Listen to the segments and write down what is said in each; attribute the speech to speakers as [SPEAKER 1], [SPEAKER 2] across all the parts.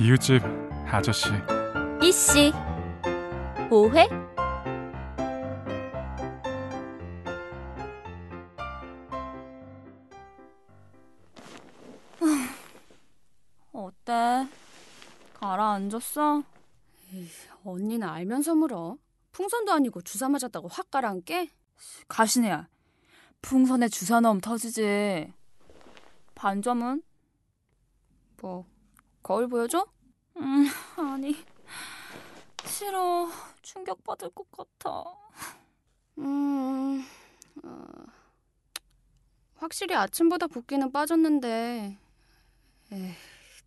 [SPEAKER 1] 이웃집 아저씨
[SPEAKER 2] 이씨 오해? 어, 어때? 가라앉았어?
[SPEAKER 3] 언니는 알면서 물어. 풍선도 아니고 주사 맞았다고 확 가라앉게?
[SPEAKER 2] 가시네야. 풍선에 주사 넣으면 터지지. 반점은?
[SPEAKER 3] 뭐,
[SPEAKER 2] 거울 보여줘? 음, 아니. 싫어. 충격받을 것 같아.
[SPEAKER 3] 음, 어, 확실히 아침보다 붓기는 빠졌는데, 에이,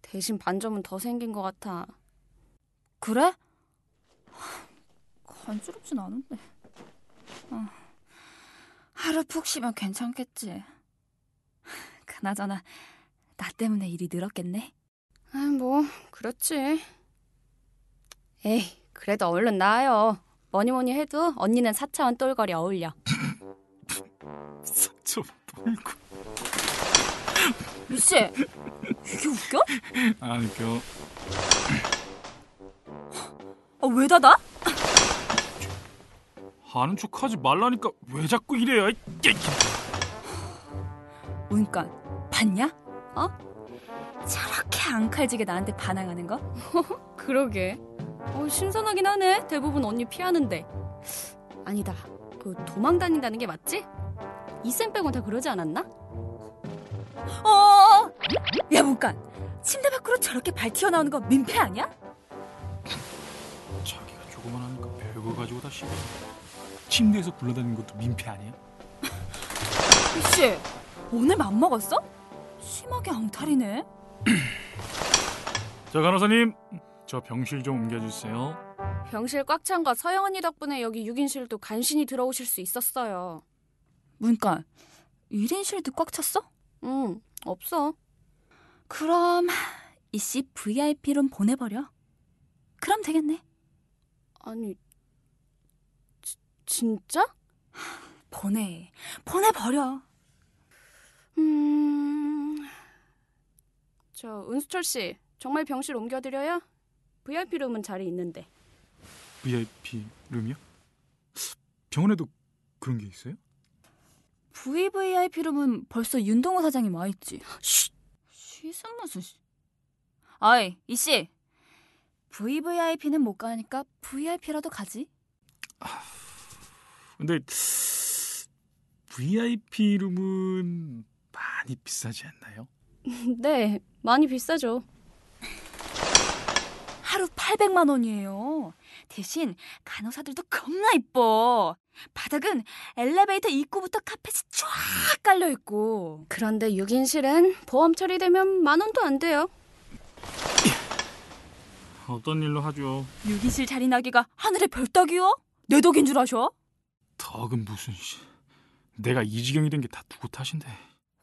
[SPEAKER 3] 대신 반점은 더 생긴 것 같아.
[SPEAKER 2] 그래? 간지럽진 않은데. 어. 하루 푹 쉬면 괜찮겠지. 그나저나 나 때문에 일이 늘었겠네.
[SPEAKER 3] 아, 뭐, 그렇지. 에이, 그래도 얼른 나아요. 뭐니 뭐니 해도 언니는 사차원 똘거리 어울려.
[SPEAKER 1] 사촌
[SPEAKER 2] 미씨, 이게 웃겨?
[SPEAKER 1] 아니 그
[SPEAKER 2] 아, 왜 닫아?
[SPEAKER 1] 아는 척하지 말라니까 왜 자꾸 이래요 이 끼-
[SPEAKER 2] 그러니까 봤냐? 어? 저렇게 앙칼지게 나한테 반항하는 거?
[SPEAKER 3] 그러게. 어, 신선하긴 하네. 대부분 언니 피하는데. 아니다. 그 도망 다닌다는 게 맞지? 이쌤 빼곤 다 그러지 않았나?
[SPEAKER 2] 어! 야, 못간 침대 밖으로 저렇게 발 튀어나오는 거 민폐 아니야?
[SPEAKER 1] 자기가 조그만 하니까 별거 가지고 다 씹어 침대에서 굴러다니는 것도 민폐 아니야?
[SPEAKER 2] 미씨, 오늘 맘 먹었어? 심하게 앙탈이네.
[SPEAKER 1] 자 간호사님 저 병실 좀 옮겨주세요
[SPEAKER 3] 병실 꽉 찬 거 서영 언니 덕분에 여기 6인실도 간신히 들어오실 수 있었어요. 그러니까
[SPEAKER 2] 문간 1인실도 꽉 찼어?
[SPEAKER 3] 응, 없어.
[SPEAKER 2] 그럼 이씨 VIP룸 보내버려. 그럼 되겠네.
[SPEAKER 3] 아니, 지- 진짜?
[SPEAKER 2] 보내. 보내버려.
[SPEAKER 3] 음... 저 은수철 씨, 정말 병실 옮겨드려요? VIP 룸은 자리 있는데.
[SPEAKER 1] VIP 룸이요? 병원에도 그런 게 있어요?
[SPEAKER 2] VVIP룸은 벌써 윤동호 사장이 와있지.
[SPEAKER 3] 쉿!
[SPEAKER 2] 시슨 무슨 시... 아이 이씨 VVIP는 못 가니까 VIP라도 가지
[SPEAKER 1] 근데 VIP 룸은 많이 비싸지 않나요?
[SPEAKER 3] 네, 많이 비싸죠.
[SPEAKER 2] 하루 800만 원이에요 대신 간호사들도 겁나 이뻐 바닥은 엘리베이터 입구부터 카펫이 쫙 깔려있고
[SPEAKER 3] 그런데 6인실은 보험 처리되면 만 원도 안 돼요.
[SPEAKER 1] 어떤 일로 하죠?
[SPEAKER 2] 6인실 자리 나기가 하늘의 별 따기요? 내 덕인 줄 아셔?
[SPEAKER 1] 덕은 무슨 씨. 내가 이 지경이 된 게 다 누구 탓인데.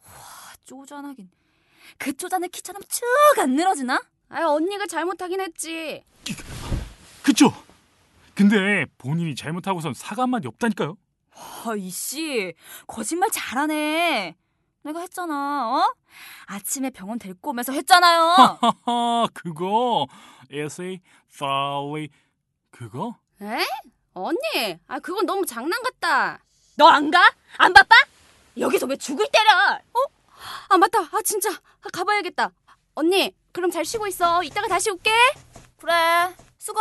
[SPEAKER 2] 아 쪼잔하긴 그 쪼잔한 키처럼 쭉 안 늘어지나?
[SPEAKER 3] 아, 언니가 잘못하긴 했지.
[SPEAKER 1] 그쵸? 근데 본인이 잘못하고선 사과 한마디 없다니까요.
[SPEAKER 2] 아, 이씨, 거짓말 잘하네. 내가 했잖아, 어? 아침에 병원 데리고 오면서 했잖아요.
[SPEAKER 1] 하하, 그거 에세이 파리 그거?
[SPEAKER 3] 에? 언니, 아 그건 너무 장난 같다.
[SPEAKER 2] 너 안 가? 안 바빠? 여기서 왜 죽을 때려? 어?
[SPEAKER 3] 아 맞다, 아 진짜 아, 가봐야겠다. 언니, 그럼 잘 쉬고 있어. 이따가 다시 올게.
[SPEAKER 2] 그래, 수고.